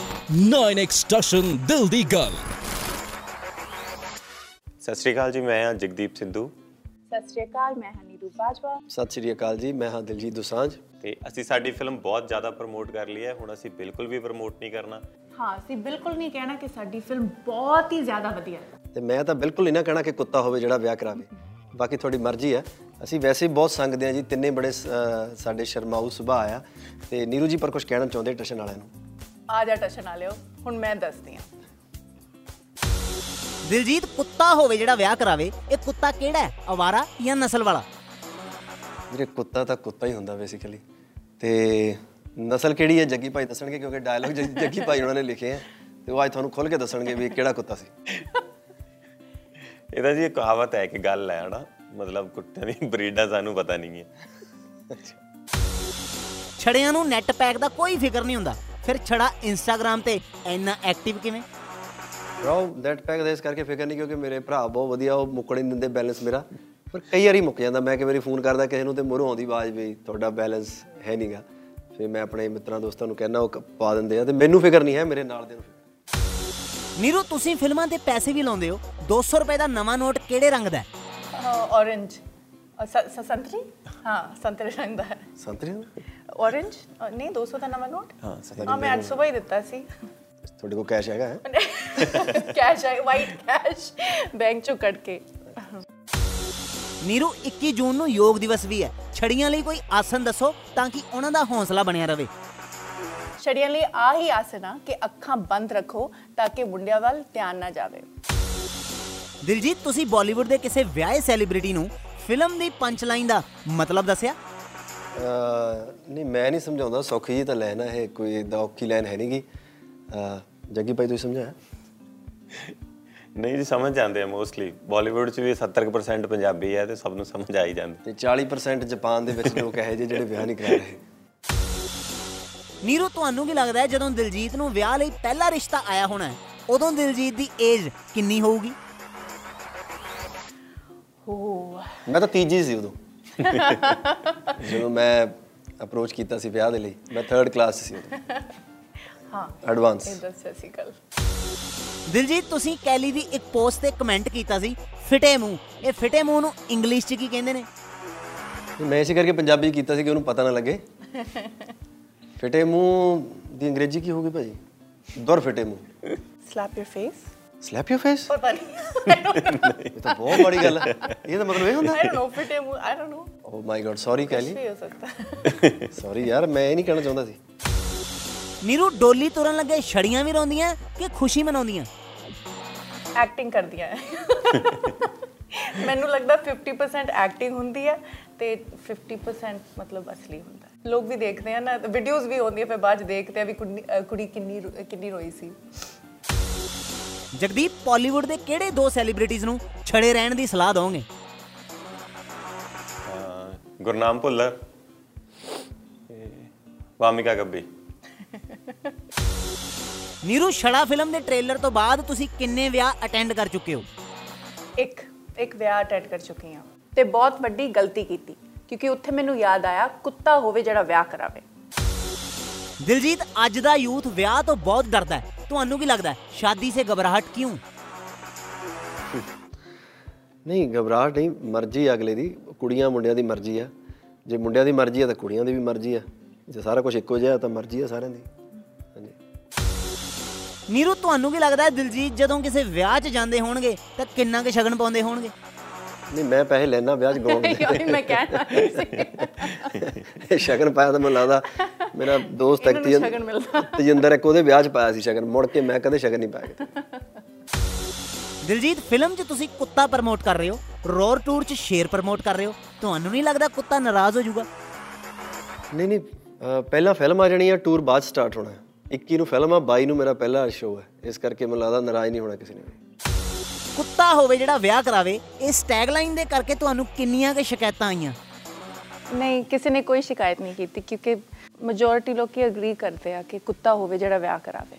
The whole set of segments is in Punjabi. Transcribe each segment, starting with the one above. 9x ਟਸ਼ਨ ਦਿਲ ਦੀ ਗੱਲ ਸਤਿ ਸ਼੍ਰੀ ਅਕਾਲ ਜੀ ਮੈਂ ਹਾਂ ਜਗਦੀਪ ਸਿੱਧੂ ਸਤਿ ਸ਼੍ਰੀ ਅਕਾਲ ਮੈਂ ਹਾਂ ਨੀਰੂ ਬਾਜਵਾ ਸਤਿ ਸ੍ਰੀ ਅਕਾਲ ਜੀ ਮੈਂ ਹਾਂ ਦਿਲਜੀਤ ਦੋਸਾਂਝ ਤੇ ਅਸੀਂ ਸਾਡੀ ਫਿਲਮ ਬਹੁਤ ਜ਼ਿਆਦਾ ਪ੍ਰਮੋਟ ਕਰ ਲਈ ਹੈ ਹੁਣ ਅਸੀਂ ਬਿਲਕੁਲ ਵੀ ਪ੍ਰਮੋਟ ਨਹੀਂ ਕਰਨਾ ਹਾਂ ਅਸੀਂ ਬਿਲਕੁਲ ਨਹੀਂ ਕਹਿਣਾ ਕਿ ਸਾਡੀ ਫਿਲਮ ਬਹੁਤ ਹੀ ਜ਼ਿਆਦਾ ਵਧੀਆ ਹੈ ਤੇ ਮੈਂ ਤਾਂ ਬਿਲਕੁਲ ਹੀ ਨਾ ਕਹਿਣਾ ਕਿ ਕੁੱਤਾ ਹੋਵੇ ਜਿਹੜਾ ਵਿਆਹ ਕਰਾਵੇ ਬਾਕੀ ਤੁਹਾਡੀ ਮਰਜ਼ੀ ਹੈ ਅਸੀਂ ਵੈਸੇ ਹੀ ਬਹੁਤ ਸੰਗਦੇ ਹਾਂ ਜੀ ਤਿੰਨੇ ਬੜੇ ਅਹ, ਸਾਡੇ ਸ਼ਰਮਾਊ ਸੁਭਾਅ ਆ ਤੇ ਨੀਰੂ ਜੀ ਪਰ ਕੁਝ ਕਹਿਣਾ ਚਾਹੁੰਦੇ ਟਸ਼ਨ ਵਾਲਿਆਂ ਨੂੰ ਆ ਜਾ ਟਸ਼ਨ ਵਾਲਿਓ ਹੁਣ ਮੈਂ ਦੱਸਦੀ ਹਾਂ ਦਿਲਜੀਤ ਕੁੱਤਾ ਹੋਵੇ ਜਿਹੜਾ ਵਿਆਹ ਕਰਾਵੇ ਇਹ ਕੁੱਤਾ ਕਿਹੜਾ ਹੈ ਅਵਾਰਾ ਜਾਂ ਨਸਲ ਵਾਲਾ ਵੀਰੇ ਕੁੱਤਾ ਤਾਂ ਕੁੱਤਾ ਹੀ ਹੁੰਦਾ ਬੇਸਿਕਲੀ ਤੇ ਨਸਲ ਕਿਹੜੀ ਹੈ ਜੱਗੀ ਭਾਈ ਦੱਸਣਗੇ ਕਿਉਂਕਿ ਡਾਇਲੌਗ ਜੱਗੀ ਭਾਈ ਉਹਨਾਂ ਨੇ ਲਿਖੇ ਆ ਤੇ ਉਹ ਅੱਜ ਤੁਹਾਨੂੰ ਖੁੱਲ ਕੇ ਦੱਸਣਗੇ ਵੀ ਇਹ ਕਿਹੜਾ ਕੁੱਤਾ ਸੀ ਇਹਦਾ ਜੀ ਇਹ ਕਹਾਵਤ ਹੈ ਕਿ ਗੱਲ ਹੈ ਹਨਾ ਮਤਲਬ ਕੁੱਤਿਆਂ ਦੀ ਬਰੀਡਾਂ ਸਾਨੂੰ ਪਤਾ ਨਹੀਂ ਹੈ ਛੜਿਆਂ ਨੂੰ ਨੈਟ ਪੈਕ ਦਾ ਕੋਈ ਫਿਕਰ ਨਹੀਂ ਹੁੰਦਾ ਫਿਰ ਛੜਾ ਇੰਸਟਾਗ੍ਰam ਤੇ ਇੰਨਾ ਐਕਟਿਵ ਕਿਵੇਂ ਬ్రో ਦੈਟ ਪੈਕ ਦਾ ਇਸ ਕਰਕੇ ਫਿਕਰ ਨਹੀਂ ਕਿਉਂਕਿ ਮੇਰੇ ਭਰਾ ਬਹੁਤ ਵਧੀਆ ਉਹ ਮੁੱਕਣੇ ਨਹੀਂ ਦਿੰਦੇ ਬੈਲੈਂਸ ਮੇਰਾ ਪਰ ਕਈ ਵਾਰੀ ਮੁੱਕ ਜਾਂਦਾ ਮੈਂ ਕਿ ਮੇਰੀ ਫੋਨ ਕਰਦਾ ਕਿਸੇ ਨੂੰ ਤੇ ਮੂਹਰੋਂ ਆਉਂਦੀ ਆਵਾਜ਼ ਵੀ ਤੁਹਾਡਾ ਬੈਲੈਂਸ ਹੈ ਨਹੀਂਗਾ ਫਿਰ ਮੈਂ ਆਪਣੇ ਮਿੱਤਰਾਂ ਦੋਸਤਾਂ ਨੂੰ ਕਹਿੰਦਾ ਉਹ ਕ- ਪਾ ਦਿੰਦੇ ਆ ਤੇ ਮੈਨੂੰ ਫਿਕਰ ਨਹੀਂ ਹੈ ਮੇਰੇ ਨਾਲ ਦੇ ਨੂੰ ਫਿਕਰ। ਨੀਰੂ ਤੁਸੀਂ ਫਿਲਮਾਂ ਤੇ ਪੈਸੇ ਵੀ ਲਾਉਂਦੇ ਹੋ 200 ਰੁਪਏ ਦਾ ਨਵਾਂ ਨੋਟ ਕਿਹੜੇ ਰੰਗ ਦਾ ਹੈ? ਔਰੰਜ ਸੰਤਰੀ ਹਾਂ ਸੰਤਰੀ ਰੰਗ ਦਾ ਸੰਤਰੀ ਨੂੰ? ਔਰੰਜ ਨਹੀਂ 200 ਦਾ ਨਵਾਂ ਨੋਟ ਹਾਂ, ਸਹੀ। ਹਾਂ ਮੈਂ ਅੱਜ ਸਵੇਰ ਹੀ ਦਿੱਤਾ ਸੀ ਤੁਹਾਡੇ ਕੋਲ ਕੈਸ਼ ਹੈਗਾ ਹੈ ਕੈਸ਼ ਹੈ ਵਾਈਟ ਕੈਸ਼ ਬੈਂਕ ਚੋਂ ਕੱਢ ਕੇ ਨੀਰੂ 21 ਜੂਨ ਨੂੰ ਯੋਗ ਦਿਵਸ ਵੀ ਹੈ ਛੜੀਆਂ ਲਈ ਕੋਈ ਆਸਨ ਦੱਸੋ ਤਾਂ ਕਿ ਉਹਨਾਂ ਦਾ ਹੌਸਲਾ ਬਣਿਆ ਰਵੇ ਛੜੀਆਂ ਲਈ ਆ ਹੀ ਆਸਨਾ ਕਿ ਅੱਖਾਂ ਬੰਦ ਰੱਖੋ ਤਾਂ ਕਿ ਮੁੰਡਿਆਂ ਵੱਲ ਧਿਆਨ ਨਾ ਜਾਵੇ ਦਿਲਜੀਤ ਤੁਸੀਂ ਬਾਲੀਵੁੱਡ ਦੇ ਕਿਸੇ ਵਿਆਹੇ ਸੈਲੀਬ੍ਰਿਟੀ ਨੂੰ ਫਿਲਮ ਦੀ ਪੰਚਲਾਈਨ ਦਾ ਮਤਲਬ ਦੱਸਿਆ ਅਹ ਨਹੀਂ ਮੈਂ ਨਹੀਂ ਸਮਝਾਉਂਦਾ ਸੌਖੀ ਜੀ ਤਾਂ ਲੈਣਾ ਹੈ ਕੋਈ ਏਦਾਂ ਔਖੀ ਲਾਈਨ ਹੈ ਨਹੀਂਗੀ ਜੱਗੀ ਭਾਈ ਤੁਸੀਂ ਸਮਝਾਇਆ ਨਹੀਂ ਜੀ ਸਮਝ ਜਾਂਦੇ ਆ ਮੋਸਟਲੀ ਬਾਲੀਵੁੱਡ 'ਚ ਵੀ 70% ਪੰਜਾਬੀ ਹੈ ਤੇ ਸਭ ਨੂੰ ਸਮਝ ਆ ਹੀ ਜਾਂਦੀ ਤੇ 40% ਜਾਪਾਨ ਦੇ ਵਿੱਚ ਲੋਕ ਇਹੋ ਜਿਹੇ ਜਿਹੜੇ ਵਿਆਹ ਨਹੀਂ ਕਰਾ ਰਹੇ ਨੀਰੂ ਤੁਹਾਨੂੰ ਕੀ ਲੱਗਦਾ ਹੈ ਜਦੋਂ ਦਿਲਜੀਤ ਨੂੰ ਵਿਆਹ ਲਈ ਪਹਿਲਾ ਰਿਸ਼ਤਾ ਆਇਆ ਹੋਣਾ ਹੈ, ਉਦੋਂ ਦਿਲਜੀਤ ਦੀ ਏਜ ਕਿੰਨੀ ਹੋਊਗੀ ਹੋ ਮੈਂ ਤਾਂ ਤੀਜੀ ਸੀ ਉਦੋਂ ਜਦੋਂ ਮੈਂ ਅਪਰੋਚ ਕੀਤਾ ਸੀ ਵਿਆਹ ਦੇ ਲਈ ਮੈਂ 3rd ਕਲਾਸ ਸੀ ਉਦੋਂ ਹਾਂ ਐਡਵਾਂਸ ਇਹ ਦੱਸਿਆ ਸੀ ਕੱਲ ਦਿਲਜੀਤ ਤੁਸੀਂ ਕੈਲੀ ਦੀ ਇੱਕ ਪੋਸਟ ਤੇ ਕਮੈਂਟ ਕੀਤਾ ਸੀ ਫਿਟੇ ਮੂੰਹ ਇਹ ਫਿਟੇ ਮੂੰਹ ਨੂੰ ਇੰਗਲਿਸ਼ 'ਚ ਕੀ ਕਹਿੰਦੇ ਨੇ ਮੈਂ ਇਸੇ ਕਰਕੇ ਪੰਜਾਬੀ ਕੀਤਾ ਸੀ ਕਿ ਉਹਨੂੰ ਪਤਾ ਨਾ ਲੱਗੇ ਫਿਟੇ ਮੂੰਹ ਦੀ ਅੰਗਰੇਜ਼ੀ ਕੀ ਹੋਗੀ ਭਾਜੀ ਦੁਰ ਫਿਟੇ ਮੂੰਹ slap your face slap you face ਪਤਾ ਨਹੀਂ ਇਹ ਤਾਂ ਬਹੁਤ ਬੜੀ ਗੱਲ ਹੈ ਇਹਦਾ ਮਤਲਬ ਇਹ ਹੁੰਦਾ Oh I don't know if it I don't know. Oh my god sorry कुछ ਕੈਲੀ भी हो सकता है ਸੌਰੀ ਯਾਰ ਮੈਂ ਇਹ ਨਹੀਂ ਕਹਿਣਾ ਚਾਹੁੰਦਾ ਸੀ ਨੀਰੂ ਡੋਲੀ ਤੁਰਨ ਲੱਗੇ ਛੜੀਆਂ ਵੀ ਰੋਂਦੀਆਂ ਕਿ ਖੁਸ਼ੀ ਮਨਾਉਂਦੀਆਂ ਐਕਟਿੰਗ ਕਰ ਦਿਆ ਹੈ ਮੈਨੂੰ ਲੱਗਦਾ 50% ਐਕਟਿੰਗ ਹੁੰਦੀ ਹੈ ਤੇ 50% ਮਤਲਬ ਅਸਲੀ ਹੁੰਦਾ ਹੈ ਲੋਕ ਵੀ ਦੇਖਦੇ ਆ ਨਾ ਵੀਡੀਓਜ਼ ਵੀ ਆਉਂਦੀਆਂ ਫਿਰ ਬਾਅਦ ਚ ਦੇਖਦੇ ਆ ਵੀ ਕੁੜੀ ਅ, ਕੁੜੀ ਕਿੰਨੀ ਰੋ- ਕਿੰਨੀ ਰੋਈ ਸੀ ਜਗਦੀਪ ਪਾਲੀਵੁੱਡ ਦੇ ਕਿਹੜੇ ਦੋ ਸੈਲੀਬ੍ਰਿਟੀਜ਼ ਨੂੰ ਛੜੇ ਰਹਿਣ ਦੀ ਸਲਾਹ ਦੋਗੇ ਹਾਂ ਗੁਰਨਾਮ ਭੁੱਲਰ ਤੇ ਵਾਮਿਕਾ ਗੱਬੀ ਨੀਰੂ ਛੜਾ ਫਿਲਮ ਦੇ ਟ੍ਰੇਲਰ ਤੋਂ ਬਾਅਦ ਤੁਸੀਂ ਕਿੰਨੇ ਵਿਆਹ ਅਟੈਂਡ ਕਰ ਚੁੱਕੇ ਹੋ ਇੱਕ ਇੱਕ ਵਿਆਹ ਅਟੈਂਡ ਕਰ ਚੁੱਕੀ ਹਾਂ ਤੇ ਬਹੁਤ ਵੱਡੀ ਗਲਤੀ ਕੀਤੀ ਕਿਉਂਕਿ ਉੱਥੇ ਮੈਨੂੰ ਯਾਦ ਆਇਆ ਕੁੱਤਾ ਹੋਵੇ ਜਿਹੜਾ ਵਿਆਹ ਕਰਾਵੇ ਦਿਲਜੀਤ ਅੱਜ ਦਾ ਯੂਥ ਵਿਆਹ ਤੋਂ ਬਹੁਤ ਡਰਦਾ ਹੈ ਤੁਹਾਨੂੰ ਕੀ ਲੱਗਦਾ ਹੈ ਸ਼ਾਦੀ ਸੇ ਘਬਰਾਹਟ ਕਿਉਂ ਨਹੀਂ ਘਬਰਾਹਟ ਨਹੀਂ ਮਰਜ਼ੀ ਆ ਅਗਲੇ ਦੀ ਕੁੜੀਆਂ ਮੁੰਡਿਆਂ ਦੀ ਮਰਜ਼ੀ ਆ ਜੇ ਮੁੰਡਿਆਂ ਦੀ ਮਰਜ਼ੀ ਆ ਤਾਂ ਕੁੜੀਆਂ ਦੀ ਵੀ ਮਰਜ਼ੀ ਆ ਜੇ ਸਾਰਾ ਕੁਝ ਇੱਕੋ ਜਿਹਾ ਤਾਂ ਮਰਜ਼ੀ ਆ ਸਾਰਿਆਂ ਦੀ ਹਾਂਜੀ ਨੀਰੂ ਤੁਹਾਨੂੰ ਕੀ ਲੱਗਦਾ ਹੈ ਦਿਲਜੀਤ ਜਦੋਂ ਕਿਸੇ ਵਿਆਹ 'ਚ ਜਾਂਦੇ ਹੋਣਗੇ ਤਾਂ ਕਿੰਨਾ ਕੁ ਸ਼ਗਨ ਪਾਉਂਦੇ ਹੋਣਗੇ ਨਹੀਂ ਮੈਂ ਪੈਸੇ ਲੈਣਾ ਵਿਆਹ ਚ ਗਾਉਣ ਦੇ ਯਾਰ ਮੈਂ ਕਹਿਣਾ ਨਹੀਂ ਸੀ ਇਹ ਸ਼ਗਨ ਪਾਇਆ ਤਾਂ ਮੈਨੂੰ ਲੱਗਦਾ ਮੇਰਾ ਦੋਸਤ ਹੈ ਨੂੰ ਸ਼ਗਨ ਮਿਲਦਾ। ਤਜਿੰਦਰ ਇੱਕ ਉਹਦੇ ਵਿਆਹ ਚ ਪਾਇਆ ਸੀ ਸ਼ਗਨ ਮੁੜ ਕੇ ਮੈਂ ਕਦੇ ਸ਼ਗਨ ਨਹੀਂ ਪਾਇਆ ਕਿਤੇ। ਦਿਲਜੀਤ ਫਿਲਮ 'ਚ ਤੁਸੀਂ ਕੁੱਤਾ ਪ੍ਰਮੋਟ ਕਰ ਰਹੇ ਹੋ ਰੋਰ ਟੂਰ 'ਚ ਸ਼ੇਰ ਪ੍ਰਮੋਟ ਕਰ ਰਹੇ ਹੋ ਤੁਹਾਨੂੰ ਨਹੀਂ ਲੱਗਦਾ ਕੁੱਤਾ ਨਾਰਾਜ਼ ਹੋ ਜਾਊਗਾ ਨਹੀਂ ਨਹੀਂ ਅਹ ਪਹਿਲਾਂ ਫਿਲਮ ਆ ਜਾਣੀ ਆ ਟੂਰ ਬਾਅਦ ਸਟਾਰਟ ਹੋਣਾ ਹੈ 21 ਨੂੰ ਫਿਲਮ ਆ 22 ਨੂੰ ਮੇਰਾ ਪਹਿਲਾ ਸ਼ੋਅ ਹੈ ਇਸ ਕਰਕੇ ਮੈਨੂੰ ਲੱਗਦਾ ਨਾਰਾਜ਼ ਨਹੀਂ ਹੋਣਾ ਕਿਸੇ ਨੇ ਵੀ। ਕੁੱਤਾ ਹੋਵੇ ਜਿਹੜਾ ਵਿਆਹ ਕਰਾਵੇ ਇਸ ਟੈਗਲਾਈਨ ਦੇ ਕਰਕੇ ਤੁਹਾਨੂੰ ਕਿੰਨੀਆਂ ਕੁ ਸ਼ਿਕਾਇਤਾਂ ਆਈਆਂ ਨਹੀਂ ਕਿਸੇ ਨੇ ਕੋਈ ਸ਼ਿਕਾਇਤ ਨਹੀਂ ਕੀਤੀ ਕਿਉਂਕਿ ਮੈਜੋਰਿਟੀ ਲੋਕੀ ਅਗਰੀ ਕਰਦੇ ਆ ਕਿ ਕੁੱਤਾ ਹੋਵੇ ਜਿਹੜਾ ਵਿਆਹ ਕਰਾਵੇ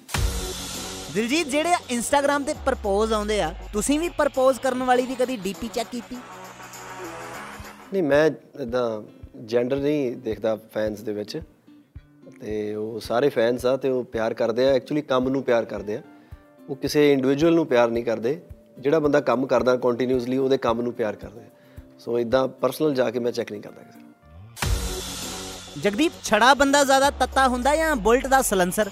ਦਿਲਜੀਤ ਜਿਹੜੇ ਇੰਸਟਾਗ੍ਰam ਤੇ ਪ੍ਰਪੋਜ਼ ਆਉਂਦੇ ਆ ਤੁਸੀਂ ਵੀ ਪ੍ਰਪੋਜ਼ ਕਰਨ ਵਾਲੀ ਦੀ ਕਦੀ ਡੀਪੀ ਚੈੱਕ ਕੀਤੀ ਨਹੀਂ ਮੈਂ ਇਦਾਂ ਜੈਂਡਰ ਨਹੀਂ ਦੇਖਦਾ ਫੈਨਸ ਦੇ ਵਿੱਚ ਤੇ ਉਹ ਸਾਰੇ ਫੈਨਸ ਆ ਤੇ ਉਹ ਪਿਆਰ ਕਰਦੇ ਆ ਐਕਚੁਅਲੀ ਕੰਮ ਨੂੰ ਪਿਆਰ ਕਰਦੇ ਆ ਉਹ ਕਿਸੇ ਇੰਡੀਵਿਜੂਅਲ ਨੂੰ ਪਿਆਰ ਨਹੀਂ ਕਰਦੇ ਜਿਹੜਾ ਬੰਦਾ ਕੰਮ ਕਰਦਾ ਕੰਟੀਨਿਊਸਲੀ ਉਹਦੇ ਕੰਮ ਨੂੰ ਪਿਆਰ ਕਰਦੇ ਆ ਸੋ ਇਦਾਂ ਪਰਸਨਲ ਜਾ ਕੇ ਮੈਂ ਚੈੱਕ ਨਹੀਂ ਕਰਦਾ ਕਿਸੇ ਨੂੰ। ਜਗਦੀਪ ਛੜਾ ਬੰਦਾ ਜ਼ਿਆਦਾ ਤੱਤਾ ਹੁੰਦਾ ਜਾਂ ਬੁਲਟ ਦਾ ਸਲੰਸਰ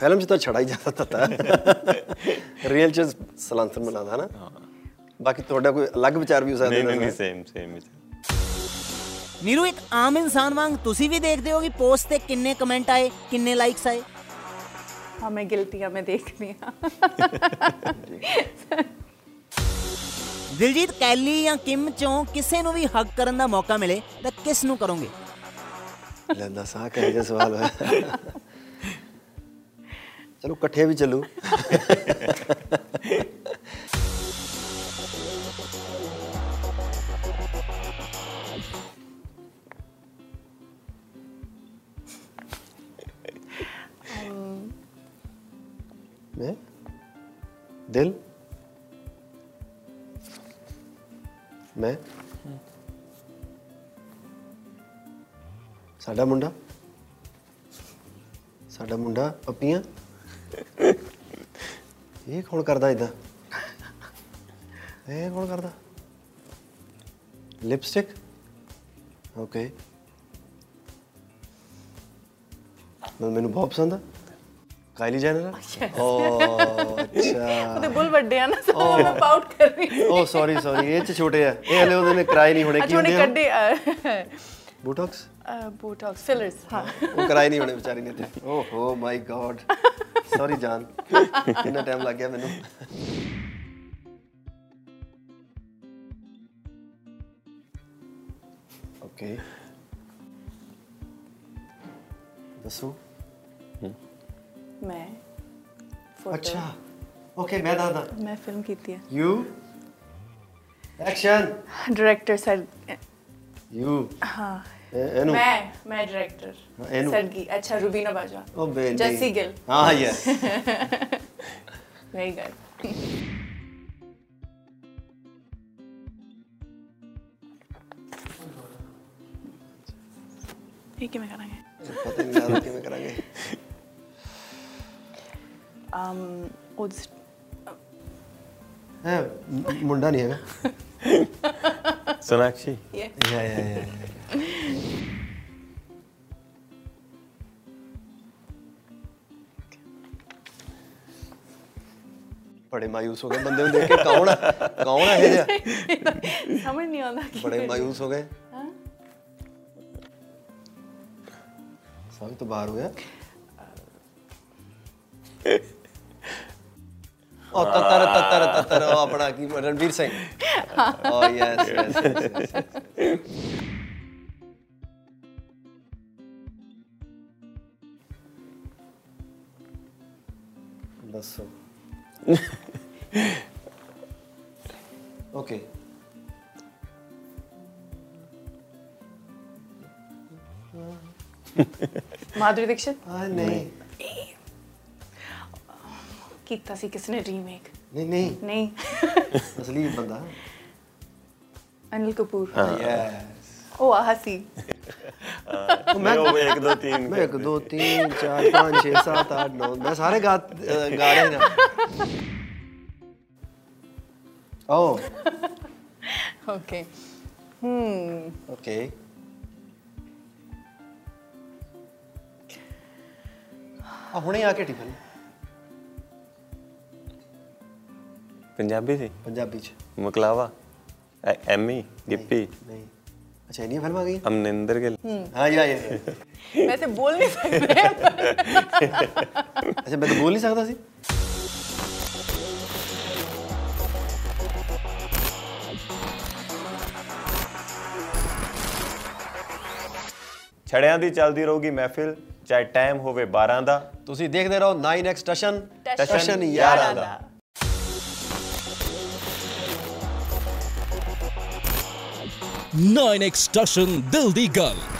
ਫਿਲਮ 'ਚ ਤਾਂ ਛੜਾ ਹੀ ਜਾਂਦਾ ਤੱਤਾ ਰੀਅਲ 'ਚ ਸਲਾਂਸਰ ਬਣਾਦਾ ਨਾ ਬਾਕੀ ਤੁਹਾਡਾ ਕੋਈ ਅਲੱਗ ਵਿਚਾਰ ਵੀ ਹੋ ਸਕਦਾ ਨਹੀਂ ਨਹੀਂ ਇਹਦਾ। ਨਹੀਂ ਸੇਮ ਸੇਮ ਨੀਰੂ ਇੱਕ ਆਮ ਇਨਸਾਨ ਵਾਂਗ ਤੁਸੀਂ ਵੀ ਦੇਖਦੇ ਹੋ ਕਿ ਪੋਸਟ ਤੇ ਕਿੰਨੇ ਕਮੈਂਟ ਆਏ ਕਿੰਨੇ ਲਾਈਕਸ ਆਏ हाँ मैं गिलती हाँ मैं देखती हाँ ਦਿਲਜੀਤ ਕੈਲੀ ਜਾਂ ਕਿਮ ਚੋਂ ਕਿਸੇ ਨੂੰ ਵੀ ਹੱਗ ਕਰਨ ਦਾ ਮੌਕਾ ਮਿਲੇ ਤਾਂ ਕਿਸ ਨੂੰ ਕਰੋਗੇ ਲੈਂਦਾ ਸਾਹ ਕਰੇ ਜੇ ਸਵਾਲ ਹੋਇਆ ਚਲੋ ਇਕੱਠੇ ਵੀ ਚੱਲੂ ਮੈਂ ਦਿਲ ਮੈਂ ਸਾਡਾ ਮੁੰਡਾ ਸਾਡਾ ਮੁੰਡਾ ਪੱਪੀਆਂ ਇਹ ਕੌਣ ਕਰਦਾ ਇਦਾਂ ਇਹ ਕੌਣ ਕਰਦਾ ਲਿਪਸਟਿਕ ਓਕੇ ਮੈਨੂੰ ਬਹੁਤ ਪਸੰਦ ਆ ਕਾਇਲੀ ਜੈਨਰ ਓ ਅੱਛਾ तो बुल बड्डे हैं ना तो वो पाउट कर रही है। ਓ ਸੌਰੀ ਸੌਰੀ ਇਹ ਚ ਛੋਟੇ ਆ ਇਹ ਹਲੇ ਉਹਦੇ ਨੇ ਕਰਾਏ ਨਹੀਂ ਹੋਣੇ ਕੀ अच्छा उन्हें ਹੁੰਦੇ ਆ गड्ढे ਬੋਟਾਕਸ बोटॉक्स फिलर्स हाँ ਉਹ ਕਰਾਈ ਨਹੀਂ ਹੋਣੇ ਵਿਚਾਰੀ ਨੇ ਤੇ ਓਹੋ ਮਾਈ ਗॉड ਸੌਰੀ ਜਾਨ ਇੰਨਾ ਟਾਈਮ ਲੱਗ ਗਿਆ ਮੈਨੂੰ ਓਕੇ ਦੱਸੋ मैं फोटो ਅੱਛਾ ਓਕੇ ਮੈਂ ਦੱਸਦਾ मैं फिल्म की थी you action director sir you हाँ ਇਹਨੂੰ मैं मैं डायरेक्टर हाँ, एनु। सर की अच्छा रुबीना बाजवा ਉਹ ਬੇਲੀ जस्सी गिल ਹਾਂ ਯੈਸ वेरी गुड ठीक है मैं करेंगे ਪਤਾ ਨਹੀਂ ਲੱਗਦਾ ਕਿਵੇਂ ਕਰਾਂਗੇ um, ਉਹਦੇ ਹੈਂ, ਮੁ- ਮੁੰਡਾ ਨਹੀਂ ਹੈਗਾ ਸੋਨਾਕਸ਼ੀ ਯਾ ਯਾ ਯਾ ਬੜੇ ਮਾਯੂਸ ਹੋ ਗਏ ਬੰਦੇ ਨੂੰ ਦੇਖ ਕੇ ਕੌਣ ਆ ਕੌਣ ਆ ਇਹ ਜਿਹਾ ਸਮਝ ਨਹੀਂ ਆਉਂਦਾ ਕੀ ਬੜੇ ਕਰੀਏ। ਮਾਯੂਸ ਹੋ ਗਏ ਹਾਂ। ਸਮਝ ਤੋਂ ਬਾਹਰ ਹੋਇਆ ਉਹ ਤਤਰ ਤਤਰ ਤਤਰ ਉਹ ਆਪਣਾ ਕੀ ਰਣਵੀਰ ਸਿੰਘ ਓ ਯੈਸ ਯੈਸ ਦੱਸੋ ਓਕੇ ਮਾਧੁਰੀ ਦੀਕਸ਼ਿਤ ਆ ਨਹੀਂ ਕੀਤਾ ਸੀ ਕਿਸ ਨੇ ਰੀਮੇਕ ਨਹੀਂ ਨਹੀਂ ਨਹੀਂ ਅਸਲੀ ਬੰਦਾ ਅਨਿਲ ਕਪੂਰ ਯੈਸ ਉਹ ਆਹ ਸੀ ਮੈਂ ਉਹ 1 2 3 ਮੈਂ 1 2 3 4 5 6 7 8 9 ਮੈਂ ਸਾਰੇ ਗਾ ਅਹ ਗਾ ਰਹੇ ਨਾ ਓ ਓਕੇ ਹਮ ਓਕੇ ਆ ਹੁਣੇ ਆ ਕੇ ਟਿਫਨ ਪੰਜਾਬੀ ਸੀ ਪੰਜਾਬੀ ਚ ਮਕਲਾਵਾ ਐ- ਐਮੀ ਗਿੱਪੀ ਨਹੀਂ ਅੱਛਾ ਇੰਨੀਆਂ ਫਿਲਮਾਂ ਆ हाँ। ਗਈਆਂ ਅਮਨਿੰਦਰ ਗਿੱਲ ਹਾਂ ਯਾ ਯਾ ਵੈਸੇ ਬੋਲ ਨਹੀਂ ਸਕਦੇ ਅੱਛਾ ਮੈਂ ਤਾਂ ਬੋਲ ਨਹੀਂ ਸਕਦਾ ਸੀ ਛੜਿਆਂ ਦੀ ਚੱਲਦੀ ਰਹੂਗੀ ਮਹਿਫਿਲ ਚਾਹੇ ਟਾਈਮ ਹੋਵੇ 12 ਦਾ ਤੁਸੀਂ ਦੇਖਦੇ ਰਹੋ 9x ਟਸ਼ਨ ਟਸ਼ਨ ਟਸ਼ਨ ਯਾਰਾਂ ਯਾਰਾਂ ਦਾ ਦਾ। ਨਾਈਨ ਐਕਸਟਸ਼ਨ ਦਿਲ ਦੀ ਗੱਲ